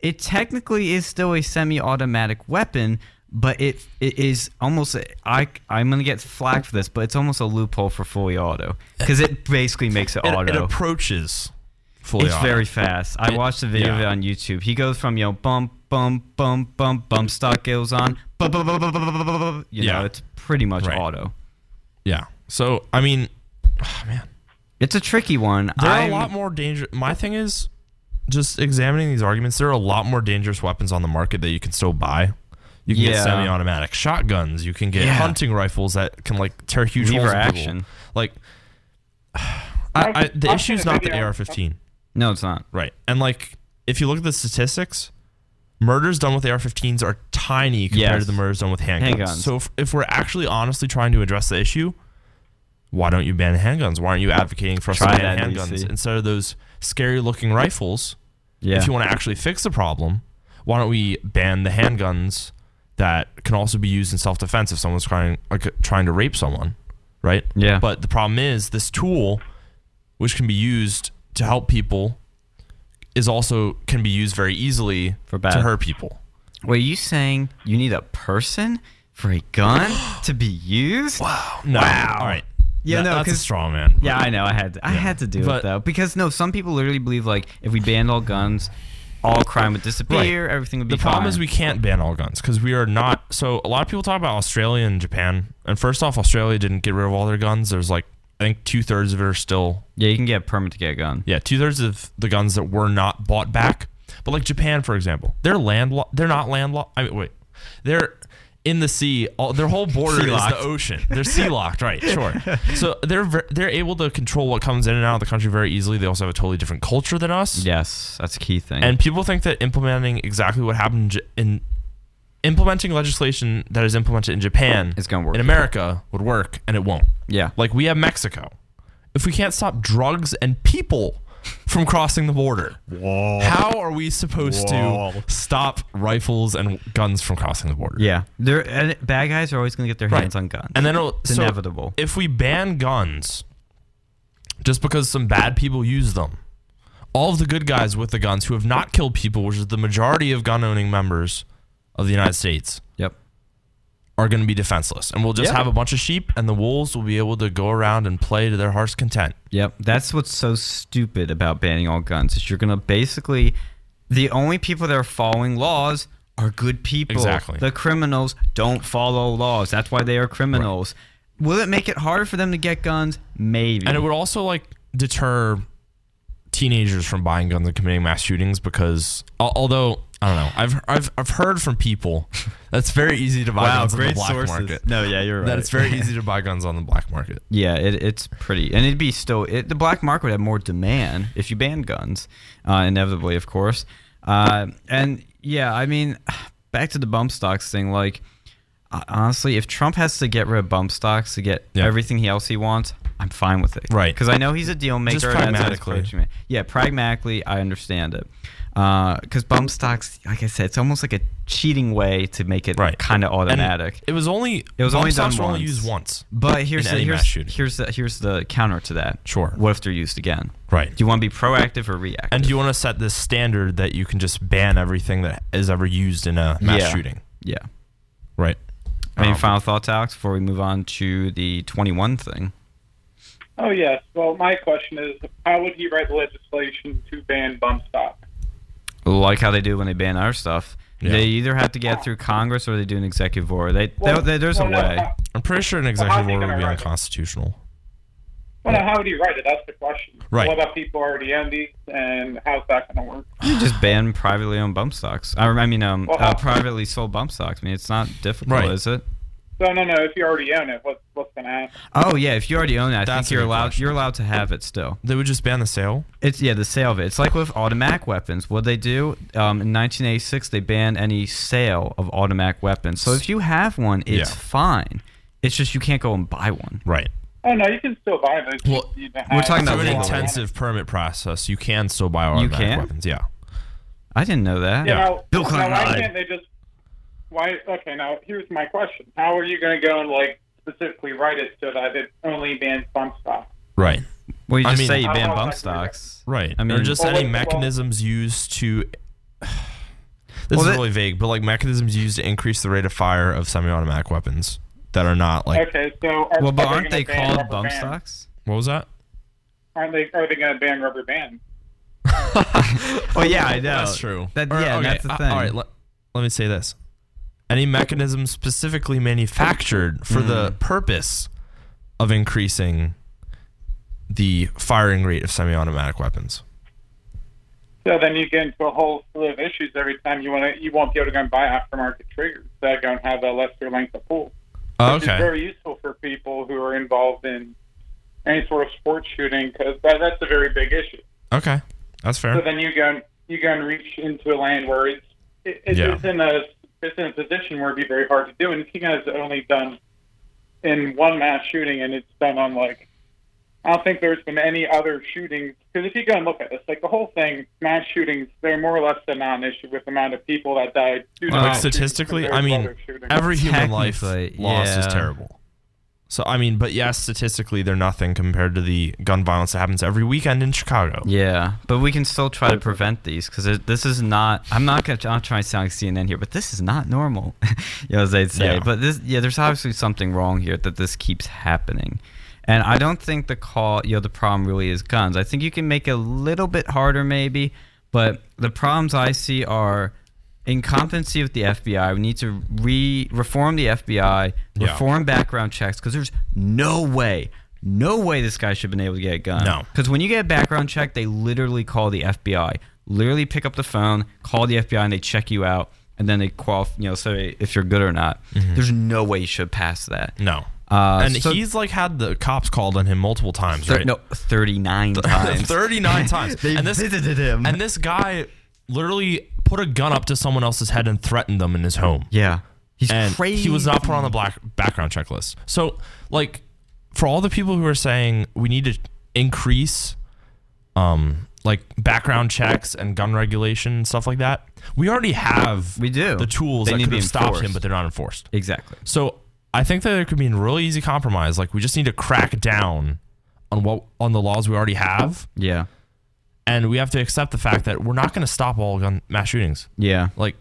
it technically is still a semi-automatic weapon, but it it is almost a- I I'm going to get flack for this, but it's almost a loophole for fully auto cuz it basically makes it It, auto. it approaches fully it's auto. very fast. I It- watched a video of it yeah. on YouTube. He goes from you know bump bump bump bump bump stock goes on. Bump, bump, bump, bump, bump, bump, bump, you Yeah. know, it's pretty much Right. auto. Yeah. So I mean, oh, man, It's a tricky one. there are I'm- a lot more danger. My thing is just examining these arguments. There are a lot more dangerous weapons on the market that you can still buy. You can Yeah. get semi-automatic shotguns. You can get Yeah. hunting rifles that can like tear huge Lever holes in people. action. Like, I, I, the I've issue is seen a not the video. AR-15, No, it's not. right? And like, if you look at the statistics, murders done with AR-15s are tiny compared Yes. to the murders done with handguns. Handguns. So if, if we're actually honestly trying to address the issue, why don't you ban handguns? Why aren't you advocating for us to Try ban that, handguns DC. instead of those scary-looking rifles? Yeah. If you want to actually fix the problem, why don't we ban the handguns that can also be used in self-defense if someone's trying like, trying to rape someone, right? Yeah. But the problem is this tool, which can be used to help people, is also can be used very easily For to bad. hurt people. Wait, are you saying you need a person for a gun to be used? No. All right. Yeah, That- no, that's a 'cause- strong man. Yeah, I know. I had to, I had to do But- it though because no, some people literally believe like if we banned all guns, all crime would disappear, everything would be The problem fine. is we can't ban all guns because we are not. So a lot of people talk about Australia and Japan. And first off, Australia didn't get rid of all their guns. There's like I think two thirds of it are still yeah, you can get a permit to get a gun. yeah two thirds of the guns that were not bought back. But like Japan, for example, they're landlocked. They're not landlocked. I mean, wait, they're in the sea. All, their whole border is the Sea-locked. ocean. They're sea locked, right? Sure. So they're ver- they're able to control what comes in and out of the country very easily. They also have a totally different culture than us. Yes, that's a key thing. And people think that implementing exactly what happened in J- in implementing legislation that is implemented in Japan It's gonna work. in America would work, and it won't. yeah, Like we have Mexico. If we can't stop drugs and people from crossing the border, how are we supposed to stop rifles and guns from crossing the border? yeah, They're, and bad guys are always going to get their hands on guns. And then it'll, It's so inevitable. If we ban guns, just because some bad people use them, all of the good guys with the guns who have not killed people, which is the majority of gun owning members of the United States, yep. are going to be defenseless. And we'll just Yeah. have a bunch of sheep, and the wolves will be able to go around and play to their heart's content. Yep, that's what's so stupid about banning all guns is you're gonna basically the only people that are following laws are good people. Exactly. The criminals don't follow laws. That's why they are criminals. Will it make it harder for them to get guns? Maybe. And it would also like deter teenagers from buying guns and committing mass shootings because al- although I don't know, I've I've I've heard from people that's very easy to buy Wow, guns on the great black sources. market. No, yeah, you're right. That it's very easy to buy guns on the black market. Yeah, it, it's pretty, and it'd be still it, the black market would have more demand if you banned guns, uh, inevitably, of course. Uh, and yeah, I mean, back to the bump stocks thing. Like, uh, honestly, if Trump has to get rid of bump stocks to get Yeah. everything he else he wants, I'm fine with it. Right. Because I know he's a deal maker. Just and that's his pragmatically. approach, man. Yeah, pragmatically, I understand it. Because bump stocks, like I said, it's almost like a cheating way to make it Right. kind of And automatic. It was only It was bump only done stocks were only once. used once. But here's in the, any here's, mass shooting. here's the here's the counter to that. Sure. What if they're used again? Right. Do you want to be proactive or reactive? And do you want to set this standard that you can just ban everything that is ever used in a mass Yeah. shooting? yeah. Right. Any Um, final thoughts, Alex, before we move on to the 21 thing? Oh yes. Well, my question is, how would he write legislation to ban bump stock? Like how they do when they ban our stuff, Yeah. they either have to get through Congress or they do an executive order. They, Well, they- they- there's well, a no, way. how- I'm pretty sure an how's executive he order gonna would be write it? unconstitutional. well, no, how would he write it? That's the question. Right. What about people already own these, and how's that going to work? You just ban privately owned bump stocks. I, rem- I mean, um, Well, uh, how- privately sold bump stocks. I mean, it's not difficult, Right. is it? So no, no. If you already own it, what's what's going to happen? Oh yeah, if you already own it, I That's think a you're good allowed. question. You're allowed to have it still. They would just ban the sale. It's yeah, the sale of it. It's like with automatic weapons. What they do um, in 1986, they banned any sale of automatic weapons. So if you have one, it's Yeah. fine. It's just you can't go and buy one. Right. Oh no, you can still buy those. Well, You don't we're have- talking about Through an legal intensive permit process, you can still buy automatic can? weapons. Yeah. I didn't know that. You know, Bill Clinton now, why lied. can't they just? Why? Okay, now here's my question: How are you going to go and like specifically write it so that it only bans bump stock? Right. Well, you I just mean- say you I ban don't know bump if I can do that. stocks. Right. I I mean- mean, or just Well, any well- mechanisms used to. This Well, is that- really vague, but like mechanisms used to increase the rate of fire of semi-automatic weapons that are not like Okay, so are, Well, but are aren't they gonna ban called rubber bump bands? stocks? what was that? Aren't they? Are they going to ban rubber bands? Oh yeah, I know. That's true. That, Or- yeah, okay, that's the uh, thing. all right, let, let me say this: any mechanism specifically manufactured for the Mm. purpose of increasing the firing rate of semi-automatic weapons. So then you get into a whole slew of issues every time you want to. You won't be able to go and buy aftermarket triggers that don't have a lesser length of pull. Oh, It's okay. very useful for people who are involved in any sort of sports shooting because that, that's a very big issue. Okay. That's So fair. then you go and you go and reach into a land where it's it, it's Yeah. it's in a it's in a position where it'd be very hard to do. And if you guys have only done in one mass shooting, and it's done on like I don't think there's been any other shootings because if you go and look at this, like the whole thing, mass shootings, they're more or less a non-issue with the amount of people that died. due to Well, mass Like shootings statistically, compared I to mean, other shootings. every human life Technically, loss yeah. is terrible. So I mean, but yes, statistically, they're nothing compared to the gun violence that happens every weekend in Chicago. Yeah, but we can still try to prevent these because this is not. I'm not gonna. I'm not trying to sound like CNN here, but this is not normal, you know, as they'd say. Yeah. But this, yeah, there's obviously something wrong here that this keeps happening, and I don't think the call, you know, the problem really is guns. I think you can make it a little bit harder maybe, but the problems I see are incompetency with the FBI. We need to re reform the FBI, Yeah. reform background checks because there's no way. No way this guy should have been able to get a gun. No. Because when you get a background check, they literally call the FBI. Literally pick up the phone, call the FBI, and they check you out, and then they qualify, you know, say if you're good or not. Mm-hmm. There's no way you should pass that. No. Uh, and so- he's like had the cops called on him multiple times, Thir- right? No, 39 times. 39 times. They and this, visited him. And this guy literally put a gun up to someone else's head and threatened them in his home. yeah. He's and crazy. he was not put on the black background checklist. So, like, for all the people who are saying we need to increase, um, like background checks and gun regulation and stuff like that, we already have We do. the tools They that need could to have be stopped him, enforced. but they're not enforced. Exactly. So I think that there could be a really easy compromise. Like we just need to crack down on what on the laws we already have, Yeah. and we have to accept the fact that we're not going to stop all gun mass shootings. Yeah. Like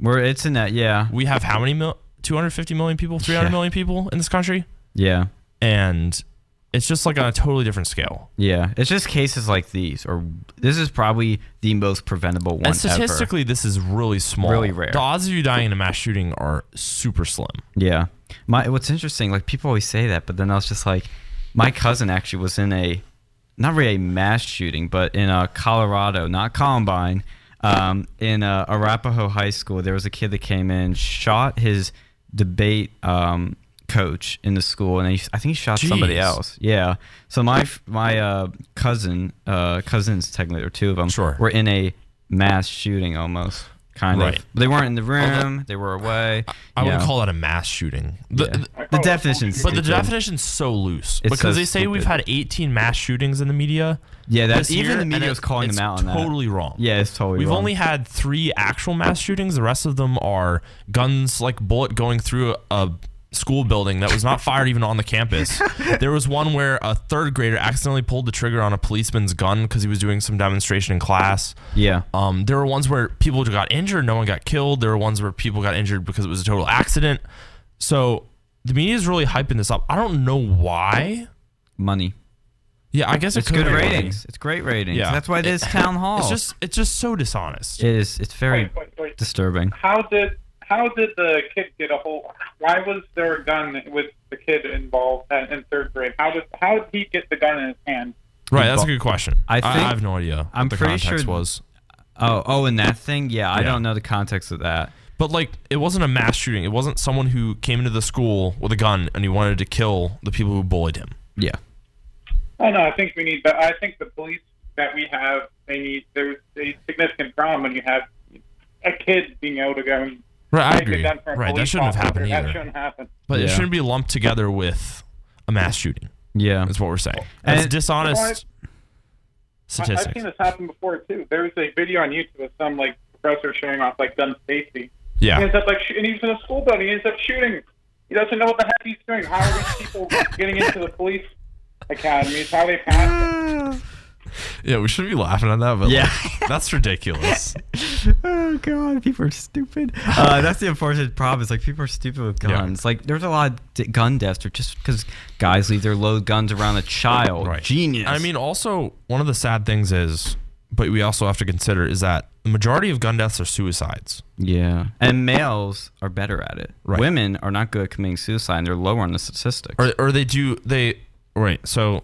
We're, it's in that. Yeah. we have how many mil- 250 million people, three Yeah. hundred million people in this country, Yeah. and it's just like on a totally different scale. Yeah. It's just cases like these, or this is probably the most preventable one. And ever. statistically, this is really small. Really rare. The odds of you dying in a mass shooting are super slim. Yeah. My what's interesting, like people always say that, but then I was just like, my cousin actually was in a not really a mass shooting, but in uh, Colorado, not Columbine, um, in uh, Arapahoe High School, there was a kid that came in, shot his debate um, coach in the school, and he, I think he shot somebody Jeez. else. Yeah. So my f- my uh, cousin, uh, cousins technically, or two of them, Sure. were in a mass shooting almost. Kind Right. of. They weren't in the room. They were away. I you would know. call that a mass shooting. The- Yeah. the- the definition's but the stupid. definition's so loose It's because so they say we've stupid. had 18 mass shootings in the media. Yeah, that's this year, even the and media it- was calling it's them out on that. Totally wrong. Yeah, it's totally. We've wrong. only had three actual mass shootings. The rest of them are guns like bullet going through a, a school building that was not fired even on the campus. There was one where a third grader accidentally pulled the trigger on a policeman's gun because he was doing some demonstration in class. yeah. Um, there were ones where people got injured, no one got killed. There were ones where people got injured because it was a total accident. So the media is really hyping this up. I don't know why. Money. Yeah, I guess it It's could good be. ratings. It's great ratings. Yeah. That's why it is town hall. It's just it's just so dishonest. it is. It's very Wait, wait, wait. disturbing. How did how did the kid get a hold? Why was there a gun with the kid involved uh, in third grade? How did how did he get the gun in his hand? Right, that's a good question. I I, I think- have no idea I'm what the pretty context sure- was. Oh, oh, and that thing. Yeah, I Yeah. don't know the context of that. But like it wasn't a mass shooting. It wasn't someone who came into the school with a gun and he wanted to kill the people who bullied him. Yeah. Oh no, I think we need. But I think the police that we have, they need. There's a significant problem when you have a kid being able to go and Right, I take agree. a gun from a Right, that police shouldn't have officer. happened That either. shouldn't happen. But Yeah. it shouldn't be lumped together with a mass shooting. Yeah. That's what we're saying. And- That's dishonest Well, I've- I, statistics. I've seen this happen before too. There was a video on YouTube of some like professor showing off like gun safety. He yeah. ends up like, sh- and he's in a school building. He ends up shooting. He doesn't know what the heck he's doing. How are these people getting into the police academies? How they pass? it? Yeah, we shouldn't be laughing at that, but Yeah. that's ridiculous. oh god, people are stupid. Uh, that's the unfortunate problem. Is like people are stupid with Yeah. guns. Like there's a lot of d- gun deaths, or just because guys leave their load guns around a child. Right. Genius. I mean, also, one of the sad things is, but we also have to consider is that the majority of gun deaths are suicides. Yeah. And males are better at it. Right. Women are not good at committing suicide and they're lower on the statistics. or or they do they right. So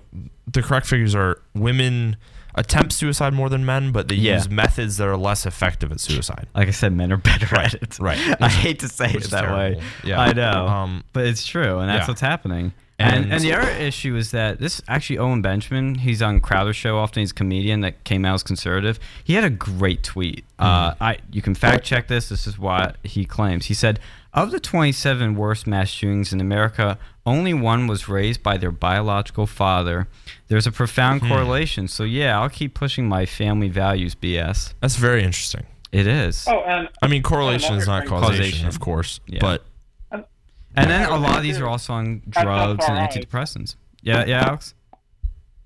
the correct figures are women attempt suicide more than men, but they Yeah. use methods that are less effective at suicide. like I said, men are better at it. right. I hate to say Which it is that way. terrible. Yeah. I know. Um, but it's true, and that's yeah. what's happening. And, And- and the other issue is that this actually Owen Benjamin, he's on Crowder Show often. He's a comedian that came out as conservative. He had a great tweet. Uh, Hmm. I you can fact check this. This is what he claims. He said, "Of the 27 worst mass shootings in America, only one was raised by their biological father. There's a profound Hmm. correlation. So yeah, I'll keep pushing my family values BS. That's very interesting. It is. Oh, and I mean, correlation is not Another thing- causation, Causation. of course, Yeah. but And then a lot of these are also on not drugs and far out. antidepressants. Yeah, yeah, Alex.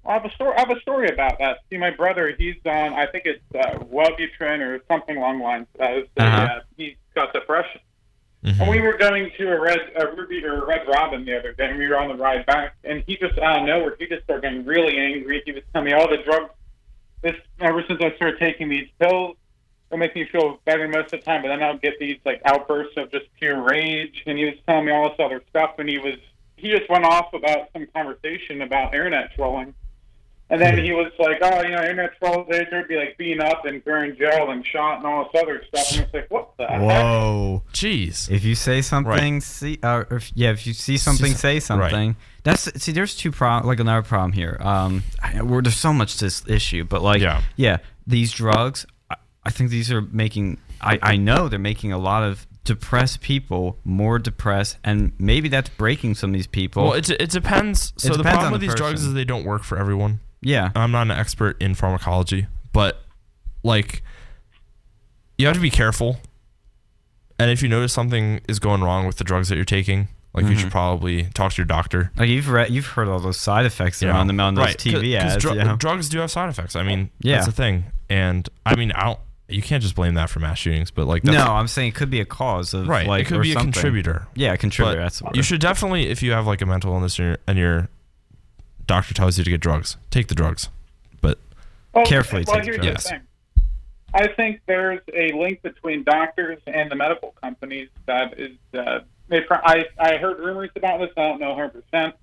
I have a story. I have a story about that. See, my brother, he's on. I think it's uh, Wellbutrin or something along the lines. Uh, it's a, Uh-huh. uh, he's got depression. And we were going to a red a Ruby or a Red Robin the other day, and we were on the ride back, and he just out of nowhere, he just started getting really angry. He was telling me all the drugs. This ever since I started taking these pills, it'll make me feel better most of the time, but then I'll get these like outbursts of just pure rage. And he was telling me all this other stuff, and he was he just went off about some conversation about internet trolling. And then he was like, "Oh, you know, internet trolls, they- they'd be like beaten up and thrown jail and shot and all this other stuff." And it's like, "What the heck?" Whoa! jeez, If you say something, see, uh, or if, yeah, if you see something, some- say right. something. That's see, there's two problem, like another problem here. Um, I, where there's so much to this issue, but like, Yeah. these drugs, I, I think these are making. I, I know they're making a lot of depressed people more depressed, and maybe that's breaking some of these people. well, it, it depends. So the depends on problem with the these drugs person. is they don't work for everyone. yeah, I'm not an expert in pharmacology, but like you have to be careful. And if you notice something is going wrong with the drugs that you're taking, like you Mm-hmm. should probably talk to your doctor. like you've read, you've heard all those side effects that are on the on those Right, 'cause- TV 'cause ads. dru- you know? Drugs do have side effects. I mean, Yeah. that's a thing. And I mean, I don't. You can't just blame that for mass shootings, but like that's, No, I'm saying it could be a cause of right. like it could or be something. a contributor. Yeah, a contributor. But that's the word. you should definitely, if you have like a mental illness and your, and your doctor tells you to get drugs, take the drugs. But Well, Carefully Well, take here's drugs. the thing. I think there's a link between doctors and the medical companies that is. Uh, they, pro- I I heard rumors about this. I don't know 100, percent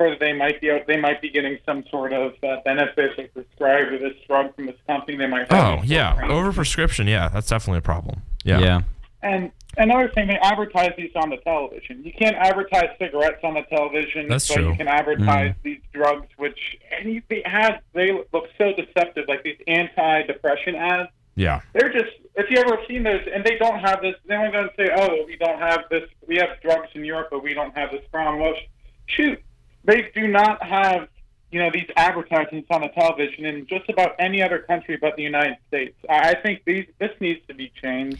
or they might be out, they might be getting some sort of uh, benefit they prescribed with this drug from this company. They might. Oh yeah, Right? overprescription. Yeah, that's definitely a problem. Yeah. Mm-hmm. yeah. And another thing, they advertise these on the television. You can't advertise cigarettes on the television, That's but true. Mm. you can advertise these drugs, which and you- they had they look so deceptive, like these anti-depression ads. Yeah. They're just if you ever seen those, and they don't have this. They only don't say, "Oh, we don't have this. We have drugs in Europe, but we don't have this problem." Well, sh- shoot, they do not have you know these advertisements on the television in just about any other country but the United States. I I think these this needs to be changed.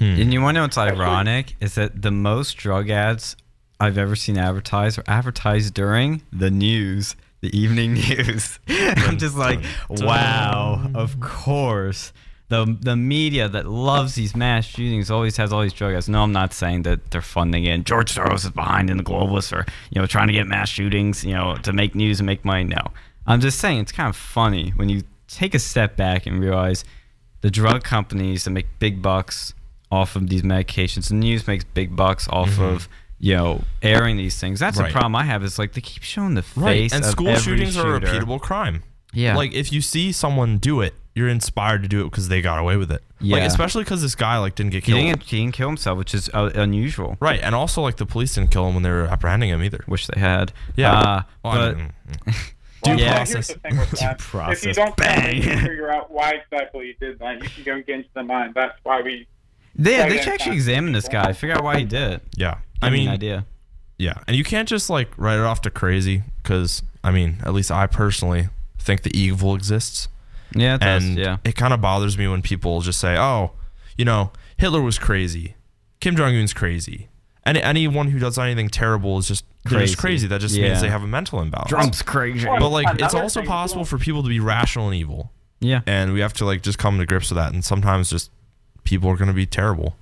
And you want to know what's ironic is that the most drug ads I've ever seen advertised or advertised during the news, the evening news. I'm just like, wow, of course. The, the media that loves these mass shootings always has all these drug ads. No, I'm not saying that they're funding it. and George Soros is behind in the globalists or, you know, trying to get mass shootings, you know, to make news and make money. No. I'm just saying it's kind of funny when you take a step back and realize the drug companies that make big bucks off of these medications. The news makes big bucks off of you know airing these things. That's Mm-hmm. Right. the problem I have. Is like they keep showing the face Right. And of school every shootings are a shooter. repeatable crime. Yeah. Like if you see someone do it, you're inspired to do it because they got away with it. Like Yeah. especially because this guy like didn't get He killed. didn't, he didn't kill himself, which is uh, unusual. Right. And also like the police didn't kill him when they were apprehending him either. Wish they had. Yeah. Uh, Well, I but mean, mm, Well, Due yeah, process. Here's the thing with that. If you process. don't Bang. figure out why exactly he did that, you can go against the mind. That's why we. they, Yeah, they yeah, should actually yeah. examine this guy, figure out why he did it. yeah. Give I me mean, an idea. yeah. And you can't just like write it off to crazy because I mean, at least I personally think the evil exists. Yeah, it does. and yeah. it kind of bothers me when people just say, "Oh, you know, Hitler was crazy, Kim Jong Un's crazy, and anyone who does anything terrible is just crazy." Just Crazy. crazy. That just Yeah. means they have a mental imbalance. crazy. Well, But like, it's Another also thing- possible for people to be rational and evil, Yeah. and we have to like just come to grips with that. And sometimes just people are going to be terrible.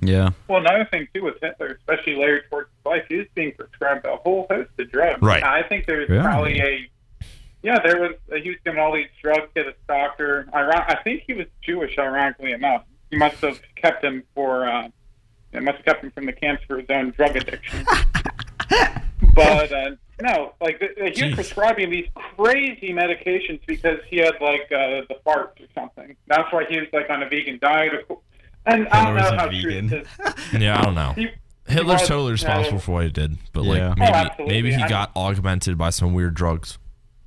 Yeah. Well, another thing too with Hitler, especially later towards his life, he was being prescribed a whole host of drugs. Right. I think there was Really? probably a. Yeah, there was. He was given all these drugs to this doctor. Iron- I think he was Jewish, ironically enough. He must have kept him for. Uh, it must have kept him from the camps for his own drug addiction. but uh, no, like th- th- he was Jeez. prescribing these crazy medications because he had like uh, the farts or something. That's why he was like on a vegan diet. And I Hitler don't was know a how true vegan. this is. Yeah, I don't know. He- Hitler's was- totally responsible no. for what he did, but Yeah. like Oh, maybe absolutely. maybe he I- got augmented by some weird drugs.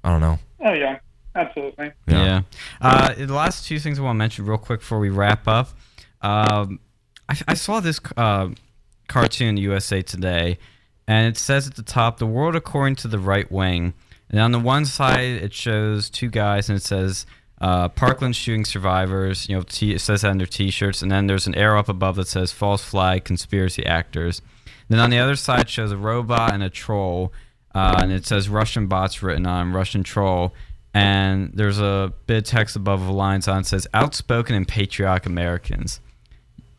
I don't know. Oh yeah, absolutely. Yeah. Yeah. Uh, the last two things I want to mention real quick before we wrap up. Um, I, I saw this uh, cartoon in USA Today, and it says at the top, "The world according to the right wing." And on the one side, it shows two guys, and it says. Uh, Parkland shooting survivors, you know, t- it says that on their T-shirts, and then there's an arrow up above that says "false flag conspiracy actors." Then on the other side shows a robot and a troll, uh, and it says Russian bots written on 'em, Russian troll. And there's a bit of text above the lines on it says outspoken and patriotic Americans.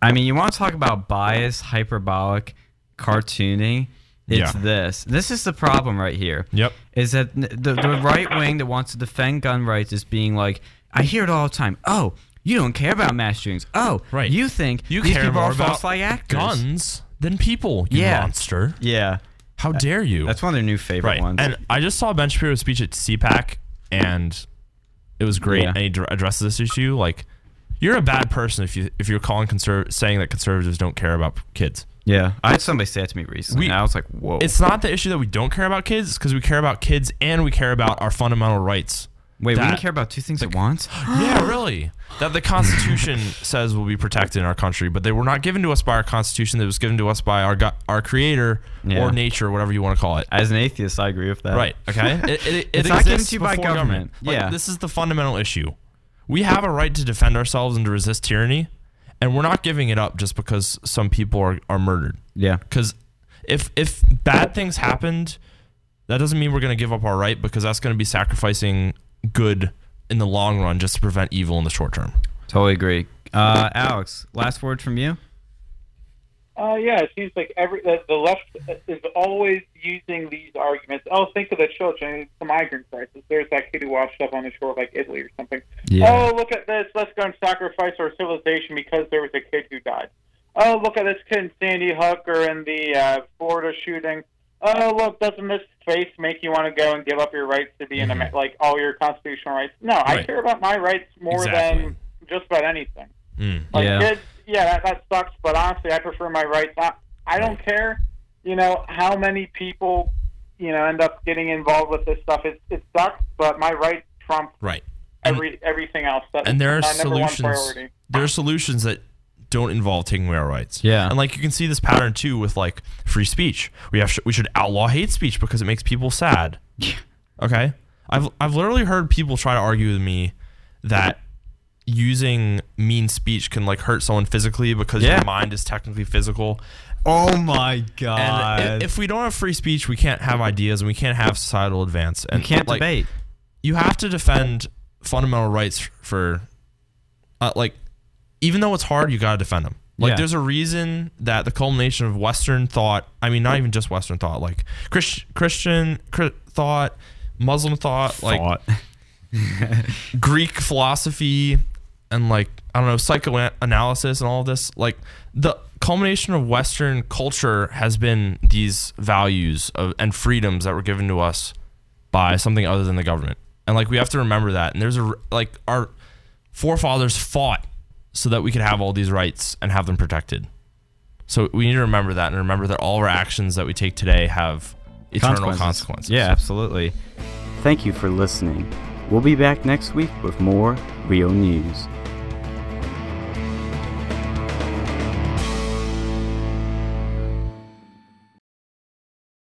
I mean, you want to talk about bias, hyperbolic, cartooning? It's Yeah. this. This is the problem right here Yep. is that n- the, the right wing that wants to defend gun rights is being like, I hear it all the time. Oh, you don't care about mass shootings. Oh, Right. You think You these care people more are false about flag actors? Guns than people, you Yeah. monster. Yeah, How dare you? that's one of their new favorite right. ones. And I just saw Ben Shapiro's speech at CPAC, and it was great. Yeah. And he dr- addresses this issue. Like, you're a bad person if you if you're calling conserv- saying that conservatives don't care about kids. yeah, I had somebody say that to me recently. We- and I was like, whoa. It's not the issue that we don't care about kids. It's because we care about kids and we care about our fundamental rights. Wait, we that- didn't care about two things at once. yeah, really. That the Constitution says will be protected in our country, but they were not given to us by our Constitution. That was given to us by our go- our Creator Yeah. or nature, whatever you want to call it. As an atheist, I agree with that. Right. Okay. It, it, it It's not given exists to you by before government. Like, Yeah. this is the fundamental issue. We have a right to defend ourselves and to resist tyranny, and we're not giving it up just because some people are, are murdered. Yeah. Because if if bad things happened, that doesn't mean we're going to give up our right because that's going to be sacrificing good in the long run just to prevent evil in the short term. Totally agree. Uh, Alex, last word from you. Uh, yeah, it seems like every the, the left is always using these arguments. Oh, think of the children, it's the migrant crisis. There's that kid who washed up on the shore of, like Italy or something. Oh, look at this. Let's go and sacrifice our civilization because there was a kid who died. Oh, look at this kid in Sandy Hook or in the uh, Florida shooting. oh look, doesn't this face make you want to go and give up your rights to be in an Mhm. Amer- like all your constitutional rights? No, I Right. care about my rights more Exactly. than just about anything. Mm. Like Yeah. kids, yeah, that, that sucks. But honestly, I prefer my rights. I, I don't care, you know, how many people, you know, end up getting involved with this stuff. It it sucks, but my rights trump Right. And- every everything else. That's and there are my number one solutions. priority. There are solutions that don't involve taking away our rights. Yeah. and like you can see this pattern too with like free speech. We have we should outlaw hate speech because it makes people sad. Okay, I've I've literally heard people try to argue with me that using mean speech can like hurt someone physically because Yeah. your mind is technically physical. Oh my And god. i- if we don't have free speech, we can't have ideas and we can't have societal advance. And you can't like, debate. you have to defend fundamental rights for uh, like even though it's hard you got to defend them like Yeah. there's a reason that the culmination of western thought i mean not even just western thought like Christ, christian Chri- thought muslim thought, like Thought. greek philosophy and like i don't know psychoanalysis and all this like the culmination of western culture has been these values of, and freedoms that were given to us by something other than the government. And like we have to remember that. And there's a r- like our forefathers fought so that we could have all these rights and have them protected. So we need to remember that and remember that all our actions that we take today have eternal consequences. Yeah, absolutely. Thank you for listening. We'll be back next week with more real news.